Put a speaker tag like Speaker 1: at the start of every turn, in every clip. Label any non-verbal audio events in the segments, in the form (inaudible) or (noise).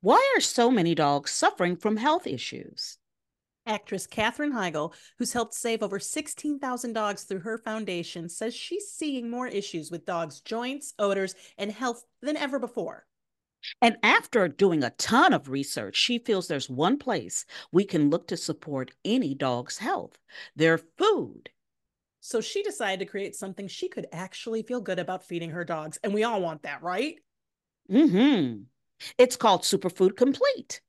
Speaker 1: Why are so many dogs suffering from health issues?
Speaker 2: Actress Katherine Heigl, who's helped save over 16,000 dogs through her foundation, says she's seeing more issues with dogs' joints, odors, and health than ever before.
Speaker 1: And after doing a ton of research, she feels there's one place we can look to support any dog's health their food.
Speaker 2: So she decided to create something she could actually feel good about feeding her dogs. And we all want that, right?
Speaker 1: Mm-hmm. It's called Superfood Complete.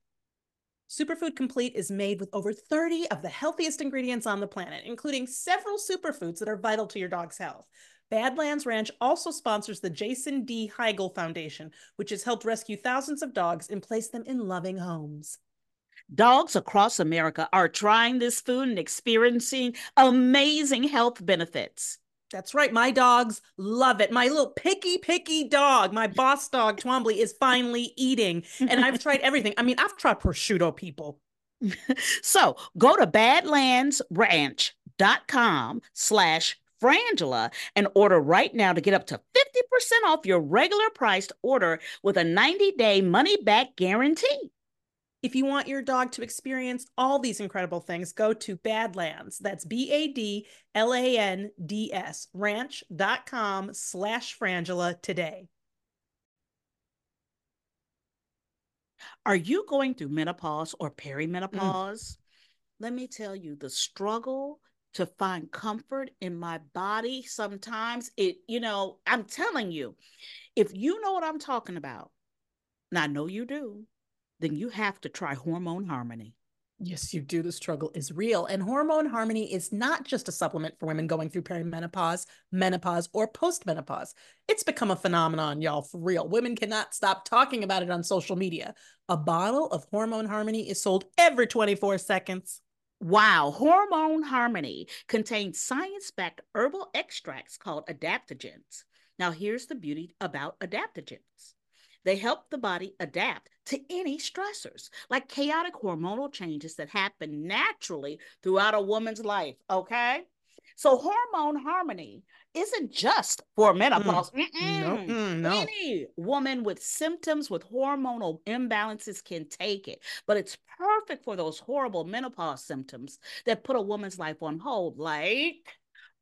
Speaker 2: Superfood Complete is made with over 30 of the healthiest ingredients on the planet, including several superfoods that are vital to your dog's health. Badlands Ranch also sponsors the Jason D. Heigel Foundation, which has helped rescue thousands of dogs and place them in loving homes.
Speaker 1: Dogs across America are trying this food and experiencing amazing health benefits.
Speaker 2: That's right. My dogs love it. My little picky, picky dog, my boss dog, Twombly, is finally eating. And I've tried everything. I mean, I've tried prosciutto people.
Speaker 1: so go to badlandsranch.com slash Frangela and order right now to get up to 50% off your regular priced order with a 90 day money back guarantee.
Speaker 2: If you want your dog to experience all these incredible things, go to Badlands. That's B A D L A N D S, ranch.com slash Frangela today.
Speaker 1: Are you going through menopause or perimenopause? Mm. Let me tell you, the struggle to find comfort in my body sometimes it you know i'm telling you if you know what i'm talking about and i know you do then you have to try hormone harmony
Speaker 2: yes you do the struggle is real and hormone harmony is not just a supplement for women going through perimenopause menopause or postmenopause it's become a phenomenon y'all for real women cannot stop talking about it on social media a bottle of hormone harmony is sold every 24 seconds
Speaker 1: Wow, Hormone Harmony contains science backed herbal extracts called adaptogens. Now, here's the beauty about adaptogens they help the body adapt to any stressors, like chaotic hormonal changes that happen naturally throughout a woman's life. Okay. So, Hormone Harmony isn't just for menopause. Mm, Mm-mm. No, mm, no. Any woman with symptoms with hormonal imbalances can take it, but it's perfect for those horrible menopause symptoms that put a woman's life on hold. Like,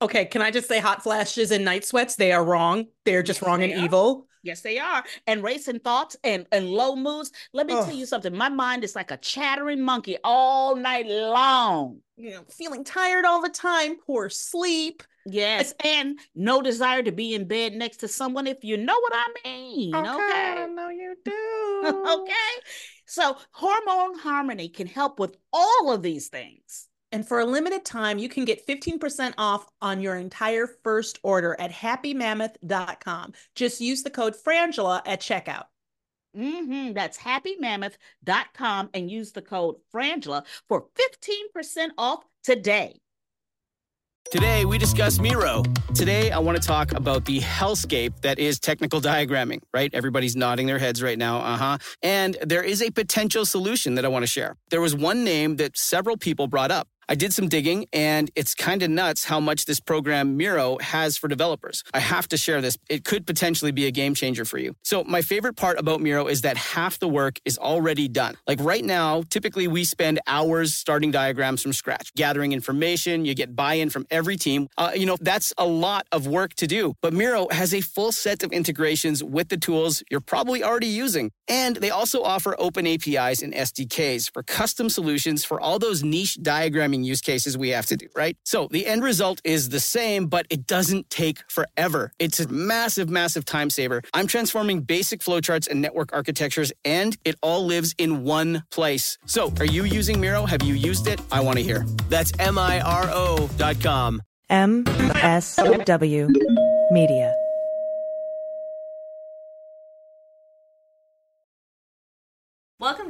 Speaker 2: okay, can I just say hot flashes and night sweats? They are wrong. They're just yes, wrong they and are. evil.
Speaker 1: Yes, they are. And racing thoughts and, and low moods. Let me Ugh. tell you something. My mind is like a chattering monkey all night long.
Speaker 2: You know, feeling tired all the time, poor sleep.
Speaker 1: Yes, and no desire to be in bed next to someone if you know what I mean. Okay, okay.
Speaker 2: I know (laughs) you do.
Speaker 1: (laughs) okay. So, hormone harmony can help with all of these things.
Speaker 2: And for a limited time, you can get 15% off on your entire first order at happymammoth.com. Just use the code Frangela at checkout.
Speaker 1: Mm-hmm. That's happymammoth.com and use the code Frangela for 15% off today.
Speaker 3: Today, we discuss Miro. Today, I want to talk about the hellscape that is technical diagramming, right? Everybody's nodding their heads right now. Uh huh. And there is a potential solution that I want to share. There was one name that several people brought up. I did some digging and it's kind of nuts how much this program Miro has for developers. I have to share this. It could potentially be a game changer for you. So, my favorite part about Miro is that half the work is already done. Like right now, typically we spend hours starting diagrams from scratch, gathering information, you get buy in from every team. Uh, you know, that's a lot of work to do. But Miro has a full set of integrations with the tools you're probably already using. And they also offer open APIs and SDKs for custom solutions for all those niche diagramming use cases we have to do, right? So the end result is the same, but it doesn't take forever. It's a massive, massive time saver. I'm transforming basic flowcharts and network architectures, and it all lives in one place. So are you using Miro? Have you used it? I want to hear. That's M I R O dot com.
Speaker 4: M S W Media.
Speaker 5: Welcome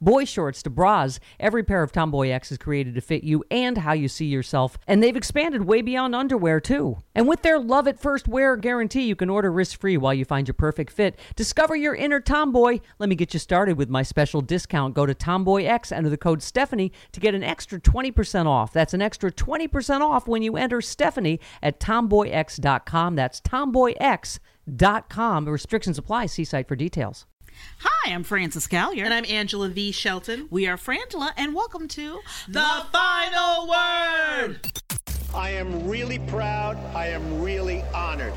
Speaker 6: boy shorts to bras. Every pair of Tomboy X is created to fit you and how you see yourself, and they've expanded way beyond underwear too. And with their love at first wear guarantee, you can order risk-free while you find your perfect fit. Discover your inner tomboy. Let me get you started with my special discount. Go to Tomboy X under the code Stephanie to get an extra 20% off. That's an extra 20% off when you enter Stephanie at tomboyx.com. That's tomboyx.com. Restrictions apply. See site for details.
Speaker 2: Hi, I'm Frances Callier.
Speaker 7: And I'm Angela V. Shelton.
Speaker 2: we are Frangela, and welcome to
Speaker 7: The final word.
Speaker 8: I am really proud. I am really honored.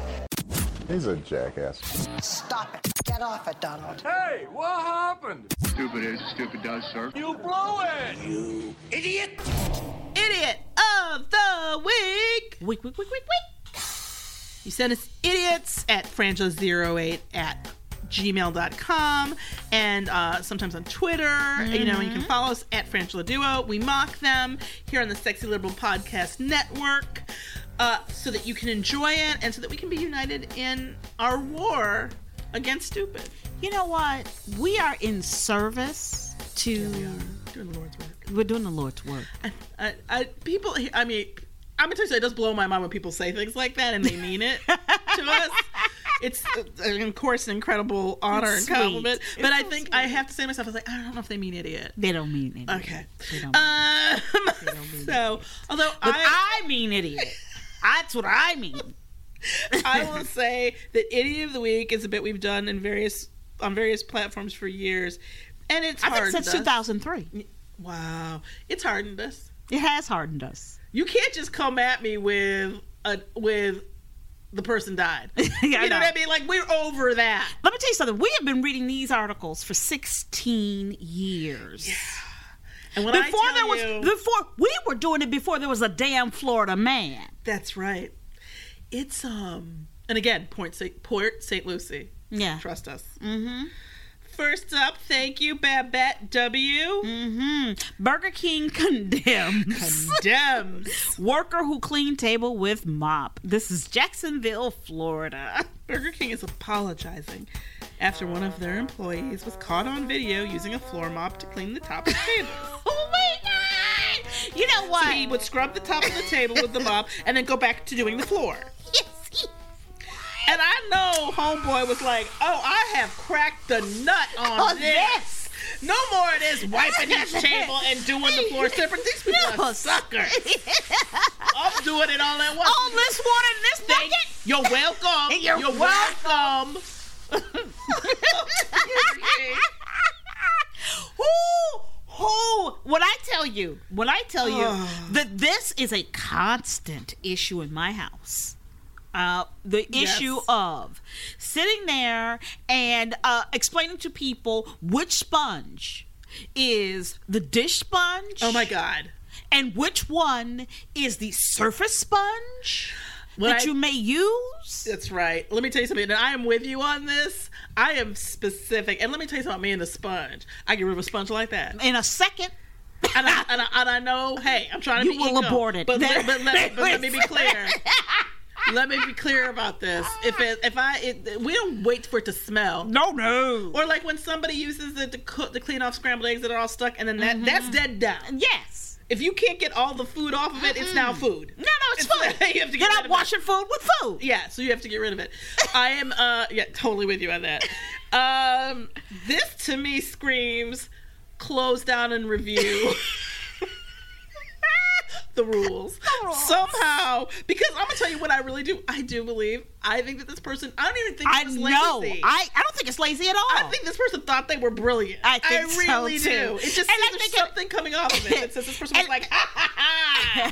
Speaker 9: He's a jackass.
Speaker 10: Stop it. Get off it, Donald.
Speaker 8: Hey, what happened?
Speaker 11: Stupid is, stupid does, sir.
Speaker 8: You blew it! You idiot!
Speaker 7: Idiot of the week.
Speaker 2: Week, Week, Week, Week, Week.
Speaker 7: You send us idiots at frangela08 at gmail.com and uh, sometimes on Twitter. You know, and you can follow us at Frangela Duo. We mock them here on the Sexy Liberal Podcast Network uh, so that you can enjoy it and so that we can be united in our war against stupid.
Speaker 2: You know what? We are in service to.
Speaker 7: Doing the Lord's work.
Speaker 2: We're doing the Lord's work.
Speaker 7: I, I, people, I mean, I'm gonna tell you, something, it does blow my mind when people say things like that and they mean it to us. It's, uh, of course, an incredible honor
Speaker 2: It's
Speaker 7: and compliment.
Speaker 2: sweet.
Speaker 7: But
Speaker 2: It's
Speaker 7: I
Speaker 2: so
Speaker 7: think I have to say to myself, I was like, I don't know if they mean idiot.
Speaker 2: They don't mean idiot.
Speaker 7: Okay.
Speaker 2: They
Speaker 7: Um,
Speaker 2: don't mean
Speaker 7: so, although
Speaker 2: But
Speaker 7: I,
Speaker 2: I, mean idiot. That's what I mean.
Speaker 7: (laughs) I will say that idiot of the week is a bit we've done in various on various platforms for years, and it's
Speaker 2: I think
Speaker 7: hardened
Speaker 2: since
Speaker 7: us.
Speaker 2: 2003.
Speaker 7: Wow, it's hardened us.
Speaker 2: It has hardened us.
Speaker 7: You can't just come at me with a with the person died.
Speaker 2: Yeah, I
Speaker 7: you know,
Speaker 2: know.
Speaker 7: what I mean? Like we're over that.
Speaker 2: Let me tell you something. We have been reading these articles for 16 years.
Speaker 7: And when
Speaker 2: Before
Speaker 7: I tell
Speaker 2: there was
Speaker 7: you-
Speaker 2: before we were doing it before there was a damn Florida man.
Speaker 7: that's right. It's um, and again, Port St. Port St. Lucie.
Speaker 2: Yeah.
Speaker 7: Trust us. Mm-hmm. First up, thank you, Babette W.
Speaker 2: Burger King condemns
Speaker 7: Dems.
Speaker 2: worker who cleaned table with mop. This is Jacksonville, Florida.
Speaker 7: Burger King is apologizing after one of their employees was caught on video using a floor mop to clean the top of tables.
Speaker 2: (laughs) Oh my god! You know what?
Speaker 7: So he would scrub the top of the table with
Speaker 2: (laughs)
Speaker 7: the mop and then go back to doing the floor.
Speaker 2: Yes, he-
Speaker 7: And I know homeboy was like, "Oh, I have cracked the nut on,
Speaker 2: On
Speaker 7: this.
Speaker 2: this.
Speaker 7: No more of this
Speaker 2: (laughs)
Speaker 7: wiping each table and doing the floor separate. These people
Speaker 2: No.
Speaker 7: are suckers. I'm doing it all at once.
Speaker 2: All this water in this
Speaker 7: Thank-
Speaker 2: bucket.
Speaker 7: You're welcome.
Speaker 2: Oh. You're
Speaker 7: welcome.
Speaker 2: (laughs) who who when I tell you, when I tell you
Speaker 7: Ah.
Speaker 2: that this is a constant issue in my house. Uh, the
Speaker 7: Yes.
Speaker 2: issue of sitting there and uh, explaining to people which sponge is the dish sponge
Speaker 7: Oh my god.
Speaker 2: and which one is the surface sponge
Speaker 7: When
Speaker 2: that
Speaker 7: I-
Speaker 2: you may use.
Speaker 7: That's right. Let me tell you something. And I am with you on this. I am specific. And let me tell you something. Me and the sponge. I get rid of a sponge like that.
Speaker 2: In a second,
Speaker 7: and I, and I, and I know, hey, I'm trying to
Speaker 2: You
Speaker 7: be
Speaker 2: will
Speaker 7: eco,
Speaker 2: abort it.
Speaker 7: But, let, but, let, but let
Speaker 2: (laughs)
Speaker 7: me be clear. let me be clear about this. If it, if I it, we don't wait for it to smell.
Speaker 2: no, no,
Speaker 7: Or like when somebody uses it to cook to clean off scrambled eggs that are all stuck, and then that that's
Speaker 2: Mm-hmm.
Speaker 7: dead done.
Speaker 2: yes,
Speaker 7: If you can't get all the food off of it, it's now food.
Speaker 2: no, no, it's,
Speaker 7: It's-
Speaker 2: food.
Speaker 7: (laughs) you have to get
Speaker 2: You're
Speaker 7: rid
Speaker 2: not
Speaker 7: of it.
Speaker 2: washing food with food.
Speaker 7: Yeah, so you have to get rid of it. I am uh yeah, totally with you on that. Um this to me screams close down and review. (laughs) the rules somehow. Because I'm gonna tell you what I really do. I do believe. I think that this person. I don't even think
Speaker 2: I
Speaker 7: it was
Speaker 2: know.
Speaker 7: lazy.
Speaker 2: I, I don't think it's lazy at all.
Speaker 7: I think this person thought they were brilliant.
Speaker 2: I think so,
Speaker 7: really
Speaker 2: too.
Speaker 7: do. It just
Speaker 2: And I
Speaker 7: seems there's
Speaker 2: think it-
Speaker 7: something coming off of it that says this
Speaker 2: (laughs)
Speaker 7: person was like, ha ha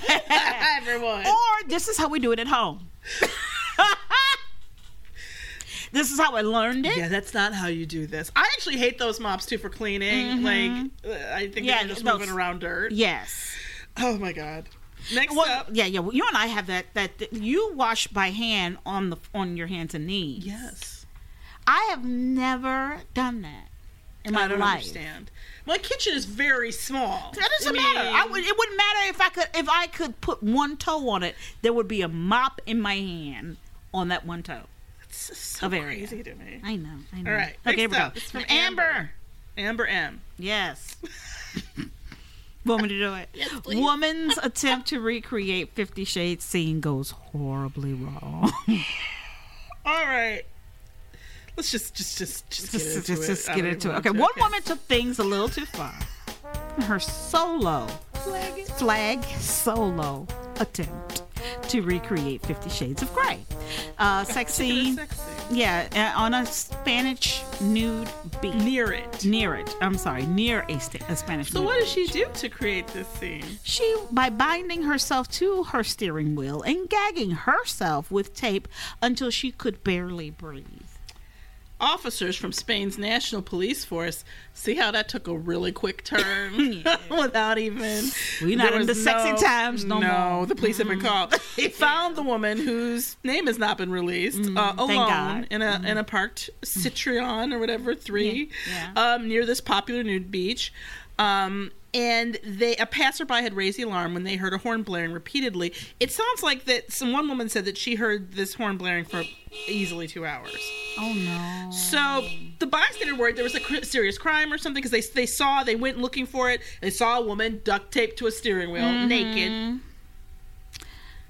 Speaker 7: ha, ha, everyone.
Speaker 2: Or this is how we do it at home. (laughs) this is how I learned it.
Speaker 7: Yeah, that's not how you do this. I actually hate those mops too for cleaning.
Speaker 2: Mhm.
Speaker 7: Like, uh, I think
Speaker 2: Yeah,
Speaker 7: they're just
Speaker 2: no,
Speaker 7: moving around dirt.
Speaker 2: Yes.
Speaker 7: Oh my god. Next
Speaker 2: Well,
Speaker 7: up.
Speaker 2: yeah, yeah. Well, you and I have that. That that you wash by hand on the on your hands and knees.
Speaker 7: Yes.
Speaker 2: I have never done that in my
Speaker 7: I don't
Speaker 2: life.
Speaker 7: understand. My kitchen is very small.
Speaker 2: That doesn't
Speaker 7: I mean,
Speaker 2: matter. I would, it wouldn't matter if I could if I could put one toe on it. There would be a mop in my hand on that one toe.
Speaker 7: It's just so
Speaker 2: Of area.
Speaker 7: crazy to me.
Speaker 2: I know. I know.
Speaker 7: All right.
Speaker 2: Okay, here
Speaker 7: next
Speaker 2: we go.
Speaker 7: up, It's from
Speaker 2: Amber.
Speaker 7: Amber. Amber M. (laughs)
Speaker 2: Yes. (laughs) Want me to do it? Woman's attempt to recreate Fifty Shades scene goes horribly wrong.
Speaker 7: All right. Let's just just just just,
Speaker 2: just,
Speaker 7: get into
Speaker 2: just,
Speaker 7: it.
Speaker 2: just
Speaker 7: I
Speaker 2: get
Speaker 7: don't
Speaker 2: into it.
Speaker 7: even want
Speaker 2: Okay,
Speaker 7: to.
Speaker 2: one woman took things a little too far. in Her solo flag, solo attempt to recreate Fifty Shades of Grey. Uh, sex scene. Yeah, uh, on a Spanish nude beach.
Speaker 7: Near it.
Speaker 2: Near it. I'm sorry, near a, sta- a Spanish
Speaker 7: So
Speaker 2: nude
Speaker 7: what does
Speaker 2: beach.
Speaker 7: she do to create this scene?
Speaker 2: She, by binding herself to her steering wheel and gagging herself with tape until she could barely breathe.
Speaker 7: Officers from Spain's National Police Force see how that took a really
Speaker 2: (laughs)
Speaker 7: quick turn (laughs) without even.
Speaker 2: We not
Speaker 7: There
Speaker 2: in
Speaker 7: was
Speaker 2: the sexy times no more.
Speaker 7: the police have
Speaker 2: Mm-hmm.
Speaker 7: been called. (laughs) They found the woman whose name has not been released uh, alone
Speaker 2: Mm, thank God. Mm-hmm.
Speaker 7: in a in a parked Citroen or whatever three
Speaker 2: Yeah,
Speaker 7: Um, near this popular nude beach. Um, and they a passerby had raised the alarm when they heard a horn blaring repeatedly. It sounds like that some one woman said that she heard this horn blaring for easily two hours.
Speaker 2: Oh no.
Speaker 7: So the bystander worried there was a cr- serious crime or something because they they saw they went looking for it. They saw a woman duct taped to a steering wheel,
Speaker 2: Mm-hmm.
Speaker 7: naked,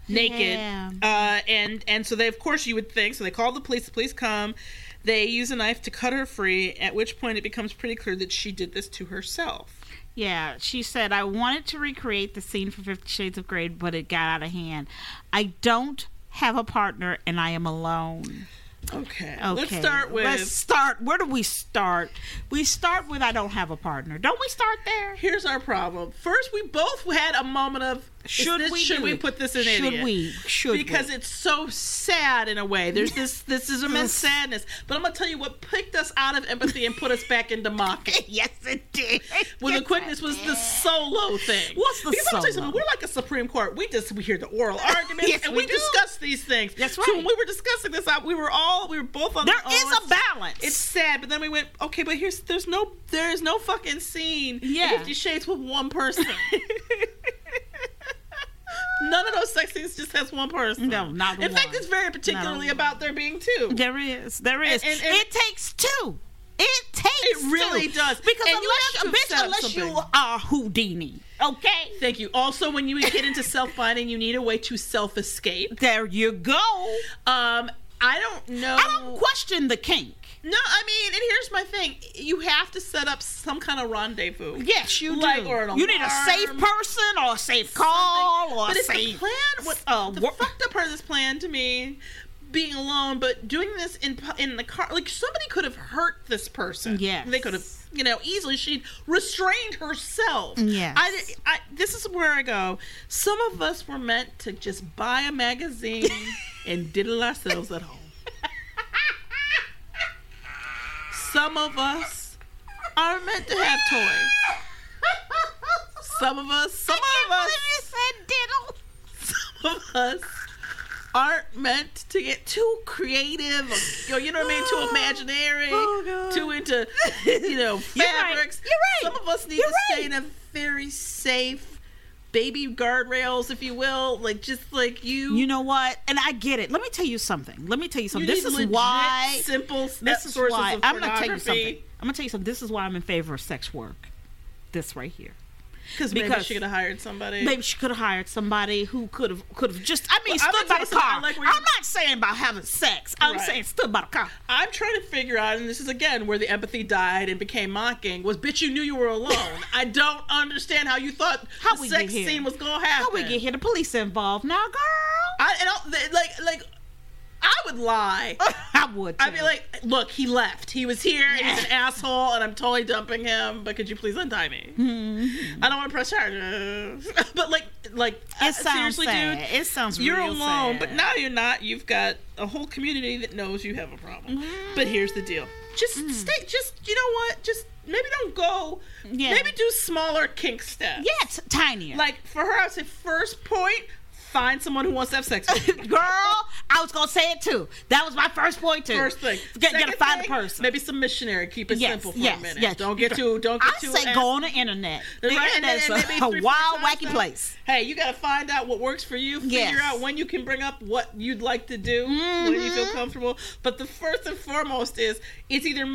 Speaker 7: naked,
Speaker 2: Yeah.
Speaker 7: uh, and and so they of course you would think so. They called the police. The police come. They use a knife to cut her free. At which point it becomes pretty clear that she did this to herself.
Speaker 2: Yeah, she said, I wanted to recreate the scene for Fifty Shades of Grey, but it got out of hand. I don't have a partner and I am alone.
Speaker 7: Okay.
Speaker 2: Okay.
Speaker 7: Let's start with.
Speaker 2: Let's start. Where do we start? We start with I don't have a partner. Don't we start there?
Speaker 7: Here's our problem. First, we both had a moment of is
Speaker 2: Should
Speaker 7: this-
Speaker 2: we
Speaker 7: should
Speaker 2: do
Speaker 7: we
Speaker 2: it?
Speaker 7: put this in
Speaker 2: Should
Speaker 7: idiot?
Speaker 2: we? Should we?
Speaker 7: because it's so sad in a way. There's this this is
Speaker 2: (laughs)
Speaker 7: immense sadness. But I'm gonna tell you what picked us out of empathy and put us back
Speaker 2: (laughs)
Speaker 7: into mocking.
Speaker 2: yes, it did.
Speaker 7: With the quickness was the solo thing.
Speaker 2: What's the
Speaker 7: because I'm gonna tell you something,
Speaker 2: solo?
Speaker 7: we're like a Supreme Court. We just we hear the oral
Speaker 2: (laughs)
Speaker 7: arguments
Speaker 2: Yes,
Speaker 7: and
Speaker 2: we
Speaker 7: we,
Speaker 2: do.
Speaker 7: discuss these things.
Speaker 2: That's
Speaker 7: So
Speaker 2: right.
Speaker 7: when we were discussing this, I, we were all we were both on
Speaker 2: There
Speaker 7: our
Speaker 2: is
Speaker 7: own.
Speaker 2: a balance.
Speaker 7: It's sad, but then we went, okay, but here's there's no there is no fucking scene. in
Speaker 2: Yeah.
Speaker 7: Fifty Shades with
Speaker 2: (laughs)
Speaker 7: one person. None of those sex scenes just has one person.
Speaker 2: No, not
Speaker 7: In fact,
Speaker 2: one.
Speaker 7: it's very particularly
Speaker 2: Not a
Speaker 7: about there being two.
Speaker 2: There is. There is.
Speaker 7: and- and-
Speaker 2: it takes two. It takes.
Speaker 7: It really
Speaker 2: two.
Speaker 7: does.
Speaker 2: Because
Speaker 7: And you
Speaker 2: unless,
Speaker 7: have to
Speaker 2: bitch,
Speaker 7: accept
Speaker 2: unless you
Speaker 7: something.
Speaker 2: are Houdini, okay.
Speaker 7: Thank you. Also, when you get into self binding, you need a way to self escape.
Speaker 2: There you go.
Speaker 7: Um, I don't know.
Speaker 2: I don't question the kink.
Speaker 7: No, I mean, and here's my thing: you have to set up some kind of rendezvous.
Speaker 2: Yes, you
Speaker 7: Like,
Speaker 2: do.
Speaker 7: or an
Speaker 2: you need a safe
Speaker 7: alarm,
Speaker 2: person or a safe call or
Speaker 7: but
Speaker 2: a
Speaker 7: it's
Speaker 2: safe
Speaker 7: the plan. What
Speaker 2: uh,
Speaker 7: the
Speaker 2: wor-
Speaker 7: fucked up part of this plan to me, being alone, but doing this in pu- in the car. Like somebody could have hurt this person.
Speaker 2: Yes.
Speaker 7: they could have. You know, easily she'd restrained herself.
Speaker 2: Yes.
Speaker 7: I, I. This is where I go. Some of us were meant to just buy
Speaker 2: (laughs)
Speaker 7: a magazine and diddle ourselves at home. Some of us are meant to have
Speaker 2: (laughs)
Speaker 7: toys. Some of us, some of us, some of us aren't meant to get too creative, or, you know what I mean,
Speaker 2: (gasps)
Speaker 7: too imaginary, too into, you know,
Speaker 2: Oh, (laughs) You're right.
Speaker 7: fabrics.
Speaker 2: You're right.
Speaker 7: Some of us need
Speaker 2: You're
Speaker 7: to stay in a very safe baby guardrails, if you will, like just like you.
Speaker 2: You know what? And I get it. Let me tell you something. Let me tell you
Speaker 7: you
Speaker 2: something. this
Speaker 7: need
Speaker 2: is
Speaker 7: legit,
Speaker 2: why.
Speaker 7: simple
Speaker 2: This is
Speaker 7: sources
Speaker 2: why.
Speaker 7: of
Speaker 2: I'm gonna tell you
Speaker 7: pornography.
Speaker 2: something. I'm gonna tell you something. This is why I'm in favor of sex work. This right here.
Speaker 7: Because maybe she could have hired somebody.
Speaker 2: Maybe she could have hired somebody who could have could have just. I mean,
Speaker 7: Well, I'm
Speaker 2: stood
Speaker 7: gonna
Speaker 2: by the
Speaker 7: tell you something, I
Speaker 2: car.
Speaker 7: like where you-
Speaker 2: I'm not saying about having sex. I'm
Speaker 7: Right.
Speaker 2: saying stood by the car.
Speaker 7: I'm trying to figure out, and this is again where the empathy died and became mocking. Was bitch, you knew you
Speaker 2: (laughs)
Speaker 7: were alone. I don't understand how you thought
Speaker 2: How
Speaker 7: the
Speaker 2: we
Speaker 7: sex
Speaker 2: get here?
Speaker 7: scene was gonna happen.
Speaker 2: How we get here? The police involved now, girl.
Speaker 7: I, and I'll, th- like like I would lie.
Speaker 2: (laughs) I would.
Speaker 7: I'd be like, look, he left. He was here. and He's an asshole, and I'm totally dumping him. But could you please untie me?
Speaker 2: Mm-hmm.
Speaker 7: I don't want to press charges. (laughs) but like like
Speaker 2: It
Speaker 7: uh,
Speaker 2: sounds
Speaker 7: seriously,
Speaker 2: sad.
Speaker 7: dude,
Speaker 2: It sounds
Speaker 7: you're
Speaker 2: real
Speaker 7: alone. But
Speaker 2: sad.
Speaker 7: now you're not. You've got a whole community that knows you have a problem.
Speaker 2: Mm-hmm.
Speaker 7: But here's the deal. Just
Speaker 2: Mm.
Speaker 7: stay. Just you know what? Just maybe don't go.
Speaker 2: Yeah.
Speaker 7: Maybe do smaller kink steps.
Speaker 2: yeah, it's tinier.
Speaker 7: Like for her, I would say first point. Find someone who wants to have sex
Speaker 2: (laughs)
Speaker 7: with you.
Speaker 2: girl, I was gonna say it too. That was my first point too.
Speaker 7: First thing,
Speaker 2: Get, gotta
Speaker 7: Second
Speaker 2: find a
Speaker 7: thing,
Speaker 2: person.
Speaker 7: Maybe some missionary. Keep it simple for a minute. Don't
Speaker 2: You
Speaker 7: get
Speaker 2: can-
Speaker 7: too. Don't get
Speaker 2: I
Speaker 7: too.
Speaker 2: say
Speaker 7: ass-
Speaker 2: go on the internet. The
Speaker 7: Right, and
Speaker 2: internet
Speaker 7: then
Speaker 2: is a,
Speaker 7: maybe three, four
Speaker 2: wild,
Speaker 7: times
Speaker 2: wacky
Speaker 7: that-
Speaker 2: place. (laughs)
Speaker 7: Hey, you gotta find out what works for you. Figure
Speaker 2: Yes.
Speaker 7: out when you can bring up what you'd like to do when you feel
Speaker 2: Mm-hmm.
Speaker 7: comfortable. But the first and foremost is it's either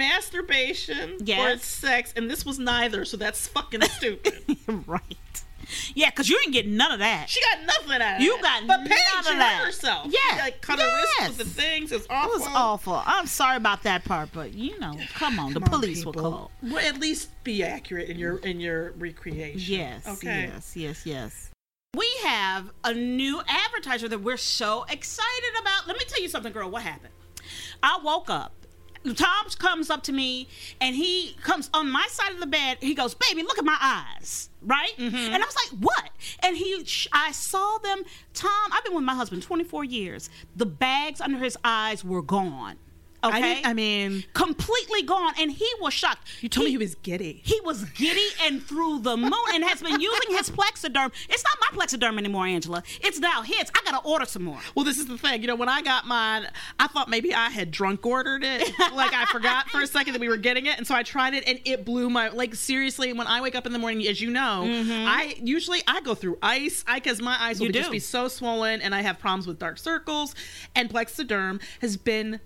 Speaker 7: masturbation or
Speaker 2: Yes.
Speaker 7: it's sex, and this was neither. So that's fucking
Speaker 2: (laughs)
Speaker 7: stupid.
Speaker 2: right. Yeah, because you didn't get none of that.
Speaker 7: She got nothing out of
Speaker 2: You
Speaker 7: it.
Speaker 2: got
Speaker 7: but Paige
Speaker 2: none of
Speaker 7: hurt
Speaker 2: that.
Speaker 7: herself.
Speaker 2: Yeah.
Speaker 7: She, like cut her wrist
Speaker 2: Yes.
Speaker 7: with the things. It's
Speaker 2: That
Speaker 7: awful.
Speaker 2: was awful. I'm sorry about that part, but you know, come on, the police were called.
Speaker 7: Well, at least be accurate in your in your recreation.
Speaker 2: Yes,
Speaker 7: Okay.
Speaker 2: yes, yes, yes. We have a new advertiser that we're so excited about. Let me tell you something, girl. What happened? I woke up. Tom comes up to me and he comes on my side of the bed. He goes, "Baby, look at my eyes." Right?
Speaker 7: Mm-hmm.
Speaker 2: And I was like, "What?" And he sh- I saw them. Tom, I've been with my husband 24 years. The bags under his eyes were gone. Okay?
Speaker 7: didn't- I mean-
Speaker 2: completely gone and he was shocked.
Speaker 7: You told me he was giddy.
Speaker 2: He was giddy and through the moon and has been using his plexiderm. It's not my plexiderm anymore, Angela. It's now his. I gotta order some more.
Speaker 7: Well, this is the thing. You know, when I got mine, I thought maybe I had drunk
Speaker 2: (laughs)
Speaker 7: ordered it. Like I forgot for a second that we were getting it, and so I tried it, and it blew my like seriously. When I wake up in the morning, as you know, I usually I go through ice, I because my eyes
Speaker 2: Mm-hmm.
Speaker 7: will
Speaker 2: You
Speaker 7: be- just
Speaker 2: do.
Speaker 7: be so swollen, and I have problems with dark circles. And Plexiderm has been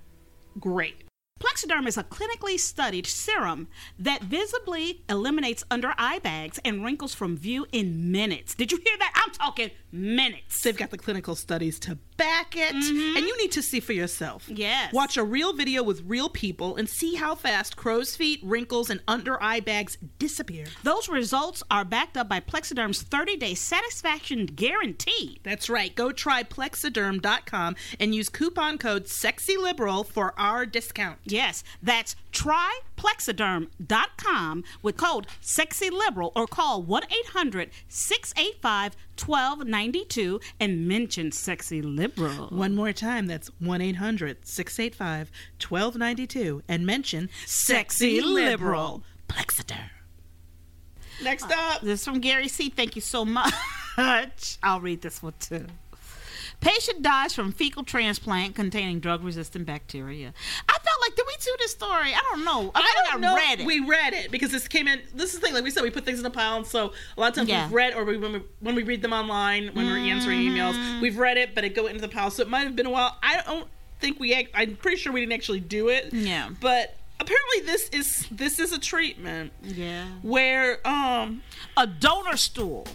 Speaker 7: great.
Speaker 2: Plexiderm is a clinically studied serum that visibly eliminates under eye bags and wrinkles from view in minutes. Did you hear that? I'm talking minutes.
Speaker 7: They've got the clinical studies to back it,
Speaker 2: Mm-hmm.
Speaker 7: and you need to see for yourself.
Speaker 2: Yes.
Speaker 7: Watch a real video with real people and see how fast crow's feet, wrinkles, and under eye bags disappear.
Speaker 2: Those results are backed up by Plexiderm's 30 day satisfaction guarantee.
Speaker 7: That's right. Go try plexiderm.com and use coupon code SEXYLIBERAL for our discount.
Speaker 2: Yes, that's tryplexiderm.com with code SEXYLIBERAL or call 1 800 685 1292 and mention Sexy Liberal.
Speaker 7: One more time, that's 1 800 685 1292 and mention
Speaker 2: Sexy Liberal.
Speaker 7: Plexiderm. Next up.
Speaker 2: This is from Gary C. Thank you so much. (laughs) I'll read this one too. Patient dies from fecal transplant containing drug resistant bacteria. I felt like, did we do this story? I don't know. I,
Speaker 7: I
Speaker 2: feel
Speaker 7: don't
Speaker 2: like I
Speaker 7: know.
Speaker 2: read it.
Speaker 7: We read it because this came in. This is the thing. Like we said, we put things in a pile, and so a lot of times
Speaker 2: Yeah.
Speaker 7: we've read, or we, when, we, when we read them online, when we're answering emails, we've read it, but it go into the pile. So it might have been a while. I don't think we. act- I'm pretty sure we didn't actually do it.
Speaker 2: Yeah.
Speaker 7: But apparently, this is this is a treatment
Speaker 2: yeah.
Speaker 7: where um
Speaker 2: A donor stool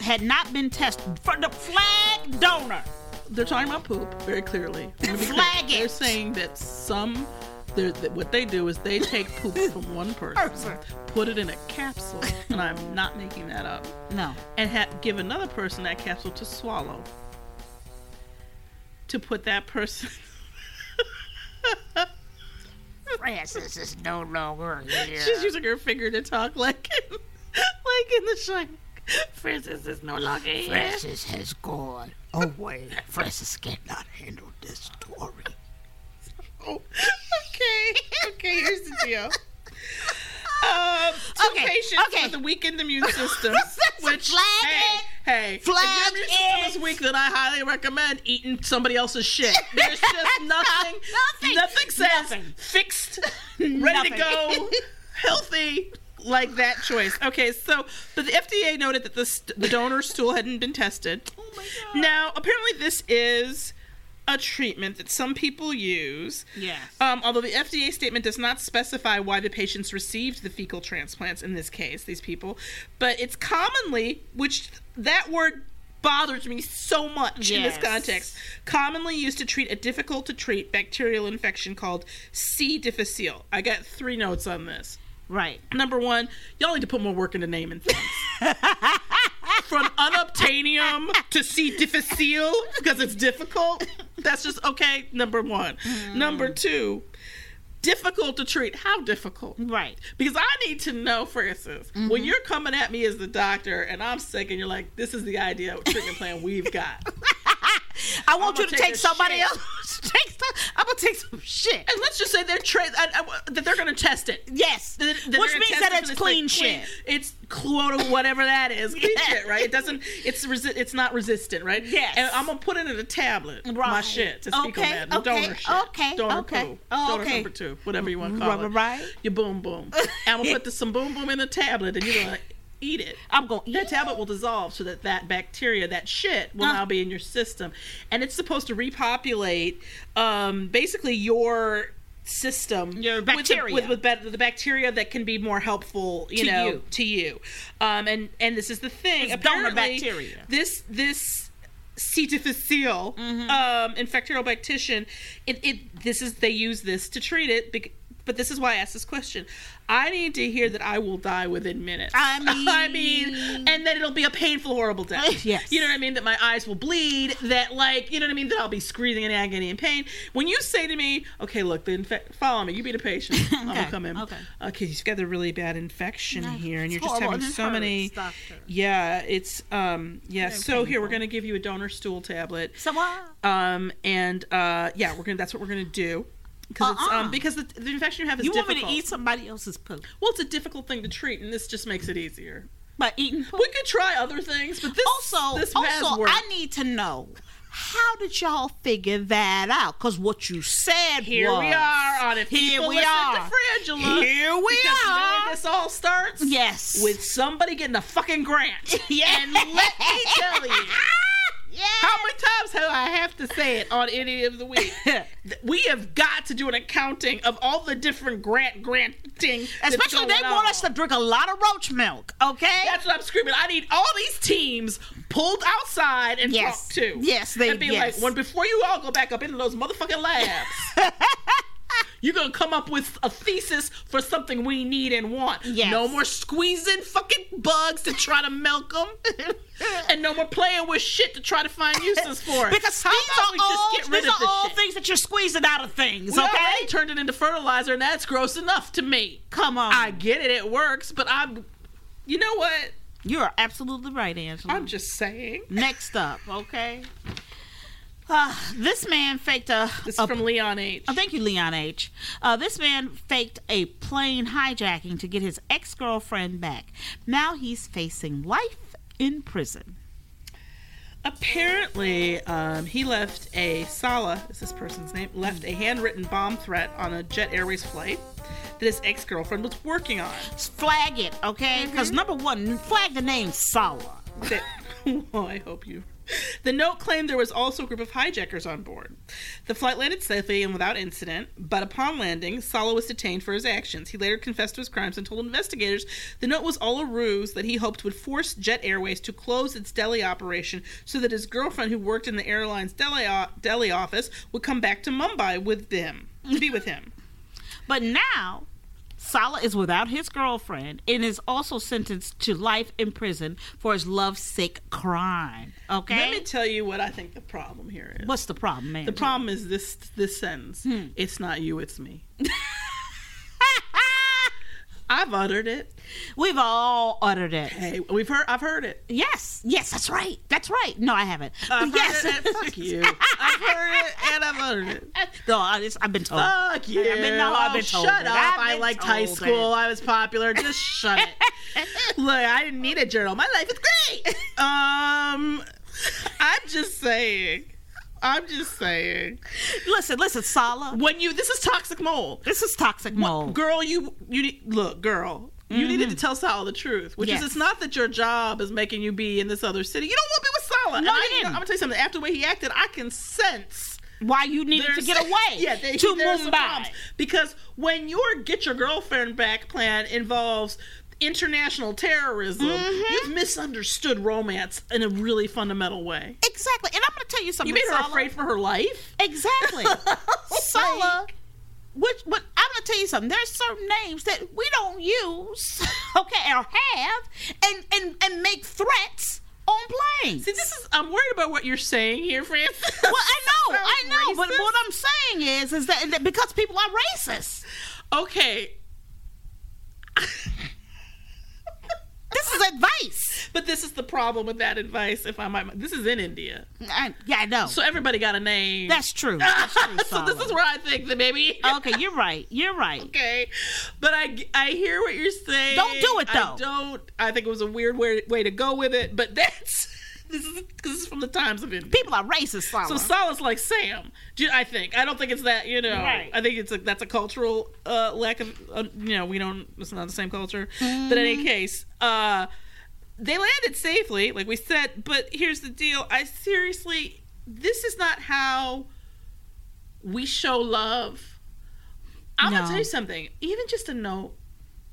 Speaker 2: had not been tested for the flag donor.
Speaker 7: they're talking about poop very clearly. I'm gonna be clear.
Speaker 2: Flag it.
Speaker 7: They're saying that some. they're- That what they do is they take
Speaker 2: (laughs)
Speaker 7: poop from one person,
Speaker 2: Person.
Speaker 7: put it in a capsule, and I'm not making that up.
Speaker 2: No.
Speaker 7: and ha- give another person that capsule to swallow to put that person (laughs)
Speaker 2: Francis is no longer here.
Speaker 7: she's using her finger to talk like in, like in the shine Francis is no longer here.
Speaker 12: Francis has gone away. Francis cannot handle this story.
Speaker 7: Oh, okay,
Speaker 2: (laughs)
Speaker 7: okay. Here's the deal. Um, two
Speaker 2: Okay,
Speaker 7: patients
Speaker 2: okay.
Speaker 7: with a
Speaker 2: (laughs)
Speaker 7: weakened immune system.
Speaker 2: That's a
Speaker 7: which
Speaker 2: flag
Speaker 7: hey, hey,
Speaker 2: Flag
Speaker 7: if your immune system
Speaker 2: (laughs)
Speaker 7: is
Speaker 2: it.
Speaker 7: weak, then I highly recommend eating somebody
Speaker 2: (laughs)
Speaker 7: else's shit. There's just nothing,
Speaker 2: Nothing.
Speaker 7: says
Speaker 2: Nothing. (laughs)
Speaker 7: fixed, ready
Speaker 2: Nothing. (laughs)
Speaker 7: to go, healthy. Like that choice. Okay, so but the FDA noted that the, st- the donor stool hadn't been tested. Oh my god! Now apparently this is a treatment that some people use.
Speaker 2: Yes.
Speaker 7: Um, although the FDA statement does not specify why the patients received the fecal transplants in this case, these people, but it's commonly, which that word bothers me so much in this
Speaker 2: Yes.
Speaker 7: context, commonly used to treat a difficult to treat bacterial infection called C. difficile. I got three notes on this.
Speaker 2: Right.
Speaker 7: Number one, y'all need to put more work into naming things. From unobtainium to C. difficile, because it's difficult. That's just okay. Number one. Number two, difficult to treat. How difficult?
Speaker 2: Right.
Speaker 7: Because I need to know, for instance, when you're coming at me as the doctor and I'm sick and you're like, this is the idea of treatment plan we've got.
Speaker 2: I want you to take,
Speaker 7: a
Speaker 2: somebody
Speaker 7: shit.
Speaker 2: else. (laughs) take some, I'm gonna take some shit.
Speaker 7: And let's just say they're tra- I, I- that they're going to test it.
Speaker 2: Yes.
Speaker 7: That- that
Speaker 2: Which
Speaker 7: they're
Speaker 2: means
Speaker 7: testing
Speaker 2: that
Speaker 7: for
Speaker 2: it's
Speaker 7: this,
Speaker 2: clean
Speaker 7: like,
Speaker 2: shit.
Speaker 7: It's quota whatever
Speaker 2: (laughs)
Speaker 7: that is. (laughs) Clean shit, right? It doesn't. It's resi- It's not resistant, right?
Speaker 2: Yes.
Speaker 7: And I'm gonna put it in a tablet. My
Speaker 2: Right.
Speaker 7: shit. To speak
Speaker 2: Okay,
Speaker 7: on that.
Speaker 2: okay,
Speaker 7: Donor shit.
Speaker 2: okay,
Speaker 7: Donor
Speaker 2: okay.
Speaker 7: poo.
Speaker 2: Oh,
Speaker 7: donor
Speaker 2: okay.
Speaker 7: number two. Whatever you want to call
Speaker 2: Right,
Speaker 7: it.
Speaker 2: right.
Speaker 7: Your boom boom.
Speaker 2: (laughs)
Speaker 7: I'm gonna put the, some boom boom in a tablet, and you're gonna eat it.
Speaker 2: I'm gonna eat
Speaker 7: that tablet will dissolve so that that bacteria, that shit, will
Speaker 2: Uh.
Speaker 7: now be in your system, and it's supposed to repopulate, um, basically your system, your
Speaker 2: bacteria.
Speaker 7: with, the, with, with ba- the bacteria that can be more helpful, you
Speaker 2: To
Speaker 7: know,
Speaker 2: you.
Speaker 7: to you. Um, and and this is the thing.
Speaker 2: It's donor
Speaker 7: apparently,
Speaker 2: bacteria.
Speaker 7: This this C. difficile
Speaker 2: Mm-hmm.
Speaker 7: um, infectorial bactician. It, it this is they use this to treat it. Bec- but this is why I asked this question. I need to hear that I will die within minutes.
Speaker 2: I mean-
Speaker 7: (laughs) I mean, and that it'll be a painful, horrible
Speaker 2: (laughs)
Speaker 7: death.
Speaker 2: Yes.
Speaker 7: you know what I mean. That my eyes will bleed. That like, you know what I mean. That I'll be screaming in agony and pain. When you say to me, "Okay, look, the infect, follow me. You be
Speaker 2: (laughs)
Speaker 7: the patient. I'm gonna come in.
Speaker 2: okay.
Speaker 7: okay, you've got a really bad infection here, and
Speaker 2: it's
Speaker 7: you're just
Speaker 2: horrible,
Speaker 7: having
Speaker 2: and it
Speaker 7: so many.
Speaker 2: hurts, doctor.
Speaker 7: Yeah, it's um yeah.
Speaker 2: Very
Speaker 7: so here we're
Speaker 2: painful.
Speaker 7: gonna give you a donor stool tablet.
Speaker 2: So what?
Speaker 7: Um and uh yeah, we're gonna that's what we're gonna do because it's
Speaker 2: Uh-uh.
Speaker 7: um because the, the infection you have is
Speaker 2: You want
Speaker 7: difficult.
Speaker 2: me to eat somebody else's poo?
Speaker 7: Well, it's a difficult thing to treat, and this just makes it easier.
Speaker 2: By eating poo?
Speaker 7: We could try other things, but this
Speaker 2: also,
Speaker 7: this has
Speaker 2: also,
Speaker 7: worked.
Speaker 2: I need to know how did y'all figure that out? Because what you said
Speaker 7: Here
Speaker 2: was,
Speaker 7: we are on it.
Speaker 2: Here
Speaker 7: People
Speaker 2: we
Speaker 7: listen
Speaker 2: are.
Speaker 7: To Frangela,
Speaker 2: Here we
Speaker 7: because You know
Speaker 2: are.
Speaker 7: where this all starts?
Speaker 2: Yes.
Speaker 7: With somebody getting a fucking grant.
Speaker 2: Yeah.
Speaker 7: And let me
Speaker 2: (laughs)
Speaker 7: tell you. How many times have I have to say it on any of
Speaker 2: (laughs)
Speaker 7: the week? Th- we have got to do an accounting of all the different grant granting. that's
Speaker 2: Especially they
Speaker 7: going
Speaker 2: want
Speaker 7: on.
Speaker 2: us to drink a lot of roach milk. Okay.
Speaker 7: That's what I'm screaming. I need all these teams pulled outside and
Speaker 2: Yes.
Speaker 7: talked to.
Speaker 2: Yes, they-
Speaker 7: and be
Speaker 2: yes.
Speaker 7: like, when before you all go back up into those motherfucking labs,
Speaker 2: (laughs)
Speaker 7: you're gonna come up with a thesis for something we need and want.
Speaker 2: Yes.
Speaker 7: No more squeezing fucking bugs to try to milk them,
Speaker 2: (laughs)
Speaker 7: and no more playing with shit to try to find uses for it.
Speaker 2: because
Speaker 7: How
Speaker 2: these
Speaker 7: about
Speaker 2: are
Speaker 7: we
Speaker 2: all
Speaker 7: just get rid
Speaker 2: these
Speaker 7: of
Speaker 2: are
Speaker 7: this
Speaker 2: all
Speaker 7: shit?
Speaker 2: things that you're squeezing out of things. Oh,
Speaker 7: We
Speaker 2: okay.
Speaker 7: already turned it into fertilizer, and that's gross enough to me.
Speaker 2: Come on.
Speaker 7: I get it; it works, but I'm. You know what?
Speaker 2: you are absolutely right, Angela.
Speaker 7: I'm just saying.
Speaker 2: Next up, okay. Uh, this man faked a.
Speaker 7: This
Speaker 2: a
Speaker 7: is from Leon H.
Speaker 2: Oh, thank you, Leon H. Uh, this man faked a plane hijacking to get his ex girlfriend back. Now he's facing life in prison.
Speaker 7: Apparently, um, he left a Sala, is this person's name, left a handwritten bomb threat on a Jet Airways flight that his ex girlfriend was working on.
Speaker 2: Flag it,
Speaker 7: Mm-hmm.
Speaker 2: okay? Because number one, flag the name Sala.
Speaker 7: That- (laughs) well, I hope you. The note claimed there was also a group of hijackers on board. The flight landed safely and without incident, but upon landing, Sala was detained for his actions. He later confessed to his crimes and told investigators the note was all a ruse that he hoped would force Jet Airways to close its Delhi operation so that his girlfriend, who worked in the airline's Delhi, o- Delhi office, would come back to Mumbai with them, to be with (laughs) him.
Speaker 2: But now, Sala is without his girlfriend and is also sentenced to life in prison for his lovesick crime, okay?
Speaker 7: Let me tell you what I think the problem here is. Hmm.
Speaker 2: What's the problem, man?
Speaker 7: The problem is this this sentence. It's not you, it's me. I've uttered it.
Speaker 2: Ah! We've all uttered it.
Speaker 7: Hey, we've heard I've heard it.
Speaker 2: Yes, yes, that's right. That's right. No, I haven't.
Speaker 7: I've heard
Speaker 2: yes.
Speaker 7: it. and- Fuck you. I've heard it and I've uttered it.
Speaker 2: (laughs) No, I just, I've been told.
Speaker 7: Fuck you.
Speaker 2: I've been, no, I've been
Speaker 7: Oh,
Speaker 2: told.
Speaker 7: Shut
Speaker 2: it.
Speaker 7: up.
Speaker 2: I've
Speaker 7: I
Speaker 2: been
Speaker 7: liked high
Speaker 2: told
Speaker 7: school.
Speaker 2: it.
Speaker 7: I was popular. Just
Speaker 2: (laughs)
Speaker 7: shut it. Look, I didn't need a journal. My life is great. Um I'm just saying. I'm just saying.
Speaker 2: Listen, listen, Sala.
Speaker 7: When you this is toxic mole.
Speaker 2: This is toxic mold. Mm-hmm.
Speaker 7: girl you you need look girl you needed to tell Sala the truth, which
Speaker 2: Yes.
Speaker 7: is it's not that your job is making you be in this other city. You don't want to be with Sala.
Speaker 2: No,
Speaker 7: And
Speaker 2: you
Speaker 7: I,
Speaker 2: didn't.
Speaker 7: I'm gonna tell you something. After the way he acted, I can sense
Speaker 2: why you needed to
Speaker 7: There's-
Speaker 2: get away
Speaker 7: yeah, they,
Speaker 2: to
Speaker 7: there's some
Speaker 2: Mumbai.
Speaker 7: problems. Because when your get your girlfriend back plan involves international terrorism,
Speaker 2: Mm-hmm.
Speaker 7: you've misunderstood romance in a really fundamental way.
Speaker 2: Exactly. And I'm going to tell you something.
Speaker 7: You made her
Speaker 2: Sala.
Speaker 7: afraid for her life.
Speaker 2: Exactly. Sala. Which, what I'm gonna tell you something. There's certain names that we don't use, (laughs) okay, or have, and and and make threats on planes.
Speaker 7: See, this is I'm worried about what you're saying here, Francis.
Speaker 2: Well, I know, I know, but
Speaker 7: Racist?
Speaker 2: what I'm saying is, is that, that because people are racist.
Speaker 7: (laughs) Okay,
Speaker 2: This is advice.
Speaker 7: but this is the problem with that advice. If I might, this is in India,
Speaker 2: I, yeah, I know.
Speaker 7: so everybody got a name.
Speaker 2: That's true. That's true
Speaker 7: (laughs) so this is where I think that maybe
Speaker 2: okay, you're right. You're right.
Speaker 7: okay, but I I hear what you're saying.
Speaker 2: Don't do it,
Speaker 7: I
Speaker 2: though.
Speaker 7: don't. I think it was a weird way, way to go with it, but (laughs) that's this is because it's from the times of India.
Speaker 2: People are racist. Sala.
Speaker 7: so Salah's like Sam. Do you- I think I don't think it's that you know.
Speaker 2: Right.
Speaker 7: I think it's a, that's a cultural uh, lack of uh, you know we don't it's not the same culture. But in
Speaker 2: Mm-hmm.
Speaker 7: any case, uh, they landed safely, like we said. But here's the deal: I seriously, this is not how we show love. I'm
Speaker 2: No.
Speaker 7: gonna tell you something. Even just a note.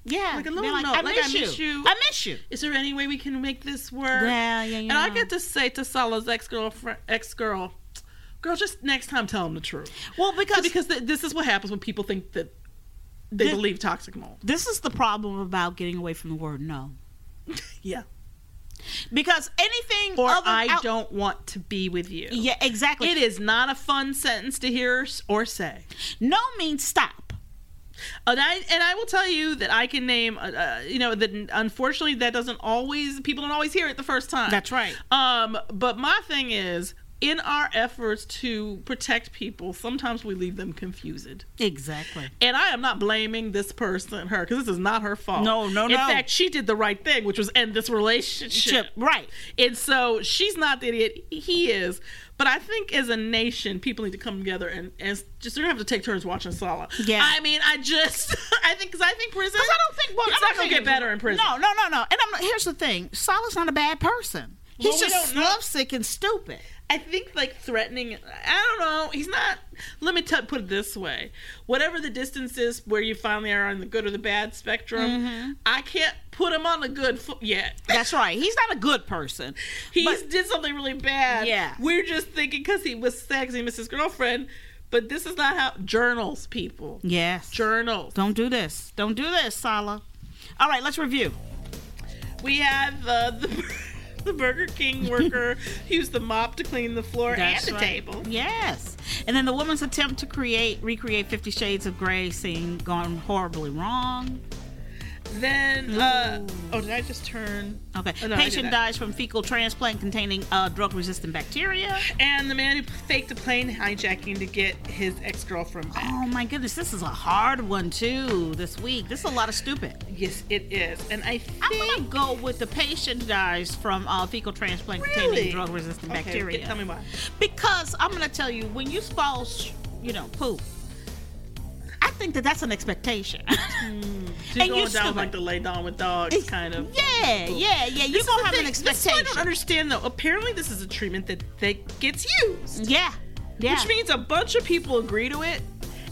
Speaker 2: yeah,
Speaker 7: like a
Speaker 2: they're
Speaker 7: little note,
Speaker 2: I
Speaker 7: like,
Speaker 2: miss,
Speaker 7: I
Speaker 2: you.
Speaker 7: miss you.
Speaker 2: I miss you.
Speaker 7: Is there any way we can make this work?
Speaker 2: Yeah, yeah, yeah.
Speaker 7: And I get to say to Sala's ex girlfriend, ex girl, girl, just next time tell him the truth.
Speaker 2: well
Speaker 7: So
Speaker 2: because
Speaker 7: because th- this is what happens when people think that they
Speaker 2: Thi-
Speaker 7: believe toxic mold.
Speaker 2: this is the problem about getting away from the word no.
Speaker 7: (laughs) Yeah.
Speaker 2: Because anything
Speaker 7: Or
Speaker 2: other
Speaker 7: I
Speaker 2: out-
Speaker 7: don't want to be with you.
Speaker 2: Yeah, exactly.
Speaker 7: It is not a fun sentence to hear s- or say.
Speaker 2: No means stop.
Speaker 7: And I, and I will tell you that I can name, uh, uh, you know, that unfortunately that doesn't always, people don't always hear it the first time.
Speaker 2: That's right.
Speaker 7: Um, but my thing is, in our efforts to protect people, sometimes we leave them confused.
Speaker 2: Exactly.
Speaker 7: And I am not blaming this person, her, because this is not her fault.
Speaker 2: No, no,
Speaker 7: In
Speaker 2: no.
Speaker 7: fact, she did the right thing, which was end this relationship.
Speaker 2: Chip, Right.
Speaker 7: And so she's not the idiot, he is. But I think as a nation, people need to come together and, and just they're gonna have to take turns watching Sala.
Speaker 2: Yeah.
Speaker 7: I mean, I just (laughs) I think because I think prison.
Speaker 2: Because I don't think well,
Speaker 7: it's
Speaker 2: I'm
Speaker 7: not gonna
Speaker 2: saying-
Speaker 7: get better in prison.
Speaker 2: No, no, no, no. And I'm not, here's the thing: Salah's not a bad person.
Speaker 7: Well,
Speaker 2: He's
Speaker 7: we
Speaker 2: just
Speaker 7: don't know.
Speaker 2: love sick and stupid.
Speaker 7: I think like threatening. I don't know. He's not. Let me t- put it this way: whatever the distance is where you finally are on the good or the bad spectrum,
Speaker 2: Mm-hmm.
Speaker 7: I can't put him on the good foot yet.
Speaker 2: That's right. He's not a good person.
Speaker 7: He's
Speaker 2: But-
Speaker 7: did something really bad.
Speaker 2: Yeah.
Speaker 7: we're just thinking because he was sexy, Mrs. Girlfriend. But this is not how journals people.
Speaker 2: Yes.
Speaker 7: Journals.
Speaker 2: Don't do this. Don't do this, Salah. All right, let's review.
Speaker 7: We have uh, the the (laughs) Burger
Speaker 2: (laughs)
Speaker 7: King worker used the mop to clean the floor
Speaker 2: That's
Speaker 7: and the
Speaker 2: right.
Speaker 7: table.
Speaker 2: Yes. And then the woman's attempt to create, recreate Fifty Shades of Grey scene gone horribly wrong.
Speaker 7: Then, uh, oh, did I just turn?
Speaker 2: Okay.
Speaker 7: Oh, no, I did
Speaker 2: Patient
Speaker 7: that.
Speaker 2: dies from fecal transplant containing uh, drug resistant bacteria.
Speaker 7: And the man who faked a plane hijacking to get his ex girlfriend back.
Speaker 2: Oh my goodness, this is a hard one too this week. This is a lot of stupid.
Speaker 7: Yes, it is. And I think.
Speaker 2: I'm gonna go with the patient dies from uh, fecal transplant
Speaker 7: Really?
Speaker 2: containing drug resistant
Speaker 7: Okay,
Speaker 2: bacteria.
Speaker 7: get- tell me why.
Speaker 2: Because I'm gonna tell you, when you spouse, you know, poop, I think that that's an expectation. (laughs)
Speaker 7: She's
Speaker 2: And
Speaker 7: Hmm. going
Speaker 2: you
Speaker 7: down
Speaker 2: stupid.
Speaker 7: like the lay down with dogs kind of.
Speaker 2: yeah, yeah, yeah. You're
Speaker 7: This is
Speaker 2: gonna
Speaker 7: the
Speaker 2: have
Speaker 7: thing.
Speaker 2: an
Speaker 7: This is what
Speaker 2: expectation.
Speaker 7: I don't understand though. Apparently, this is a treatment that that gets used,
Speaker 2: Yeah, yeah.
Speaker 7: which means a bunch of people agree to it.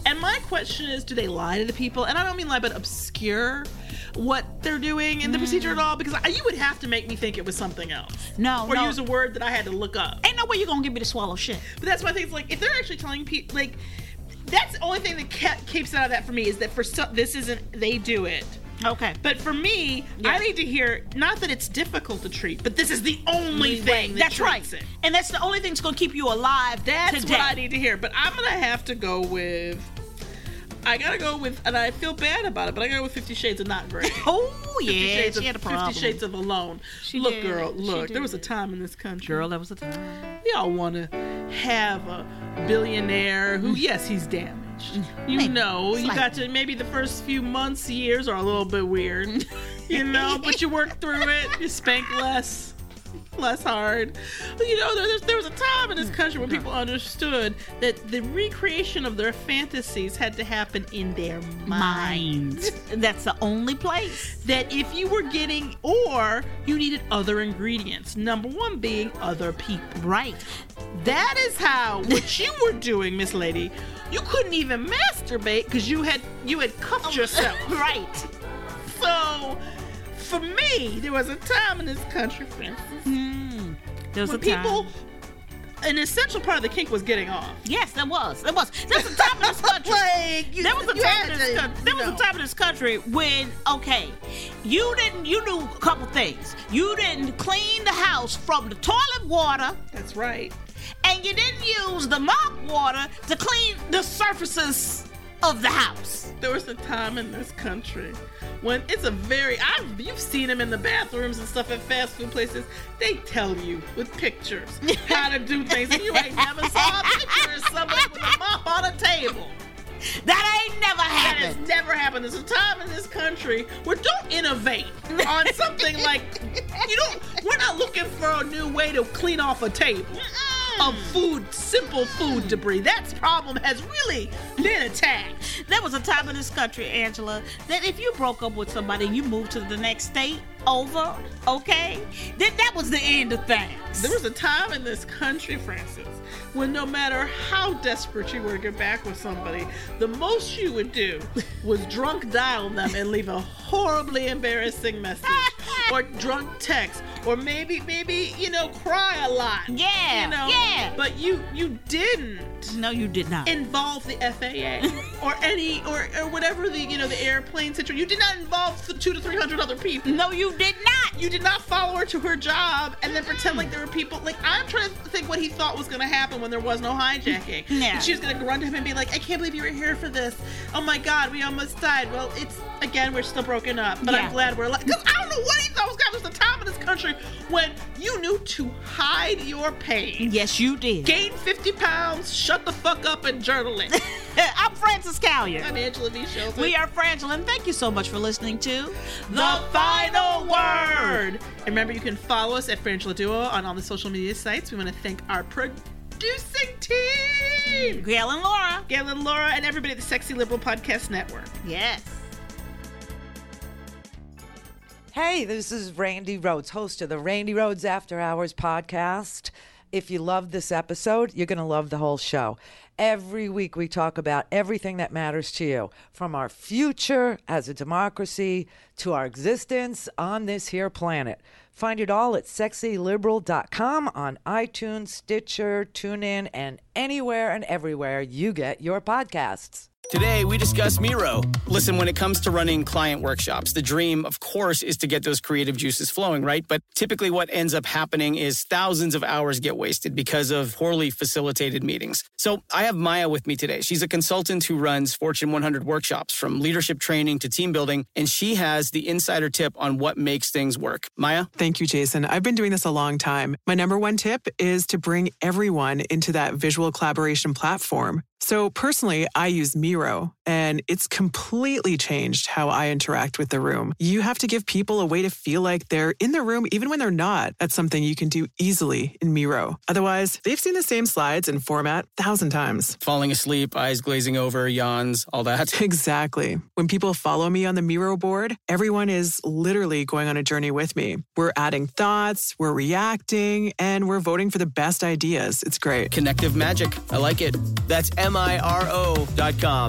Speaker 7: And my question is, do they lie to the people? And I don't mean lie, but obscure what they're doing
Speaker 2: Mm.
Speaker 7: in the procedure at all, because I, you would have to make me think it was something else,
Speaker 2: no,
Speaker 7: or
Speaker 2: no.
Speaker 7: use a word that I had to look up.
Speaker 2: Ain't no way you're gonna get me to swallow shit.
Speaker 7: But that's why I think it's like if they're actually telling people, like that's the only thing that kept, keeps out of that for me is that for some this isn't they do it.
Speaker 2: Okay,
Speaker 7: But for me, I need to hear not that it's difficult to treat, but this is the only thing that
Speaker 2: that's right.
Speaker 7: treats it.
Speaker 2: And that's the only thing that's gonna keep you alive.
Speaker 7: That's
Speaker 2: today.
Speaker 7: what I need to hear. But I'm gonna have to go with. I gotta go with, and I feel bad about it, but I gotta go with Fifty Shades of Not Great.
Speaker 2: Oh yeah,
Speaker 7: Shades
Speaker 2: she
Speaker 7: of,
Speaker 2: had a problem.
Speaker 7: Fifty Shades of Alone.
Speaker 2: She
Speaker 7: look,
Speaker 2: did.
Speaker 7: girl,
Speaker 2: She
Speaker 7: look. There was a
Speaker 2: did.
Speaker 7: time in this country.
Speaker 2: Girl, that was the time.
Speaker 7: we all want to have a billionaire who, yes, he's damaged. You
Speaker 2: Mm. Maybe.
Speaker 7: know, you
Speaker 2: Slightly.
Speaker 7: got to maybe the first few
Speaker 2: (laughs)
Speaker 7: months, years are a little bit weird, you know, but you work through it, you spank less. less hard. You know, there, there was a time in
Speaker 2: Mm.
Speaker 7: this country when people understood that the recreation of their fantasies had to happen in their mind. (laughs)
Speaker 2: That's the only place.
Speaker 7: That if you were getting, or you needed other ingredients, number one being other people.
Speaker 2: Right.
Speaker 7: That is (laughs) how what you were doing, Miss Lady. You couldn't even masturbate because you had you had cuffed yourself. (laughs)
Speaker 2: right.
Speaker 7: So, for me, there was a time in this country, for instance,
Speaker 2: There was
Speaker 7: when
Speaker 2: a time.
Speaker 7: people, an essential part of the kink was getting off.
Speaker 2: Yes, there was. There was. There was a time in
Speaker 7: (laughs)
Speaker 2: this country.
Speaker 7: Like, you-
Speaker 2: there was a
Speaker 7: you
Speaker 2: time
Speaker 7: had
Speaker 2: in this
Speaker 7: to,
Speaker 2: country. There
Speaker 7: you
Speaker 2: was a
Speaker 7: know.
Speaker 2: time in this country when okay, you didn't. You knew a couple things. You didn't clean the house from the toilet water,
Speaker 7: That's right.
Speaker 2: and you didn't use the mop water to clean the surfaces of the house.
Speaker 7: There was a time in this country when it's a very I've you've seen them in the bathrooms and stuff at fast food places. They tell you with pictures how to do things, and you ain't never saw a picture
Speaker 2: (laughs)
Speaker 7: of somebody with a mop on a table.
Speaker 2: That ain't never
Speaker 7: That has
Speaker 2: happened.
Speaker 7: never happened. There's a time in this country where don't innovate on something like you don't. We're not looking for a new way to clean off a table of food, simple food debris. That problem has really been attacked.
Speaker 2: There was a time in this country, Angela, that if you broke up with somebody and you moved to the next state over, okay, then that was the end of things.
Speaker 7: There was a time in this country, Francis, when no matter how desperate you were to get back with somebody, the most you would do was drunk dial them and leave a horribly embarrassing message,
Speaker 2: (laughs)
Speaker 7: or drunk text, or maybe maybe you know cry a lot.
Speaker 2: Yeah,
Speaker 7: you know,
Speaker 2: yeah.
Speaker 7: But you you didn't
Speaker 2: no, you did not.
Speaker 7: involve the FAA or any or, or whatever the you know the airplane situation. You did not involve the two to three hundred other people.
Speaker 2: no, you did not.
Speaker 7: You did not follow her to her job and then pretend like there were people. Like, I'm trying to think what he thought was going to happen when there was no hijacking.
Speaker 2: (laughs) Yeah.
Speaker 7: And she was going to run to him and be like, I can't believe you were here for this. Oh my God, we almost died. Well, it's, again, we're still broken up, but
Speaker 2: Yeah.
Speaker 7: I'm glad we're alive. Because I don't know what he thought was going to happen. There's a time in this country when you knew to hide your pain.
Speaker 2: Yes, you did.
Speaker 7: (laughs) Gain 50 pounds, shut the fuck up, and journal
Speaker 2: (laughs)
Speaker 7: it.
Speaker 2: I'm Francis Callier.
Speaker 7: I'm Angela V. Shelton.
Speaker 2: We are Frangela, and thank you so much for listening to
Speaker 7: the final word. And remember, you can follow us at Frangela Duo on all the social media sites. We want to thank our producing team,
Speaker 2: Gail and Laura.
Speaker 7: Gail and Laura, and everybody at the Sexy Liberal Podcast Network.
Speaker 2: Yes.
Speaker 13: Hey, this is Randy Rhodes, host of the Randy Rhodes After Hours podcast. If you love this episode, you're going to love the whole show. Every week, we talk about everything that matters to you from our future as a democracy to our existence on this here planet. Find it all at sexyliberal.com on iTunes, Stitcher, TuneIn, and anywhere and everywhere you get your podcasts.
Speaker 3: Today, we discuss Miro. Listen, when it comes to running client workshops, the dream, of course, is to get those creative juices flowing, right? But typically, what ends up happening is thousands of hours get wasted because of poorly facilitated meetings. So, I have Maya with me today. She's a consultant who runs Fortune 100 workshops from leadership training to team building, and she has the insider tip on what makes things work. Maya?
Speaker 14: Thank you, Jason. I've been doing this a long time. My number one tip is to bring everyone into that visual collaboration platform. So, personally, I use Miro, and it's completely changed how I interact with the room. You have to give people a way to feel like they're in the room, even when they're not. That's something you can do easily in Miro. Otherwise, they've seen the same slides and format a thousand times.
Speaker 3: Falling asleep, eyes glazing over, yawns, all that.
Speaker 14: (laughs)
Speaker 3: (laughs)
Speaker 14: Exactly. When people follow me on the Miro board, everyone is literally going on a journey with me. We're adding thoughts, we're reacting, and we're voting for the best ideas. It's great.
Speaker 3: Connective magic. I like it. That's M I R O dot com.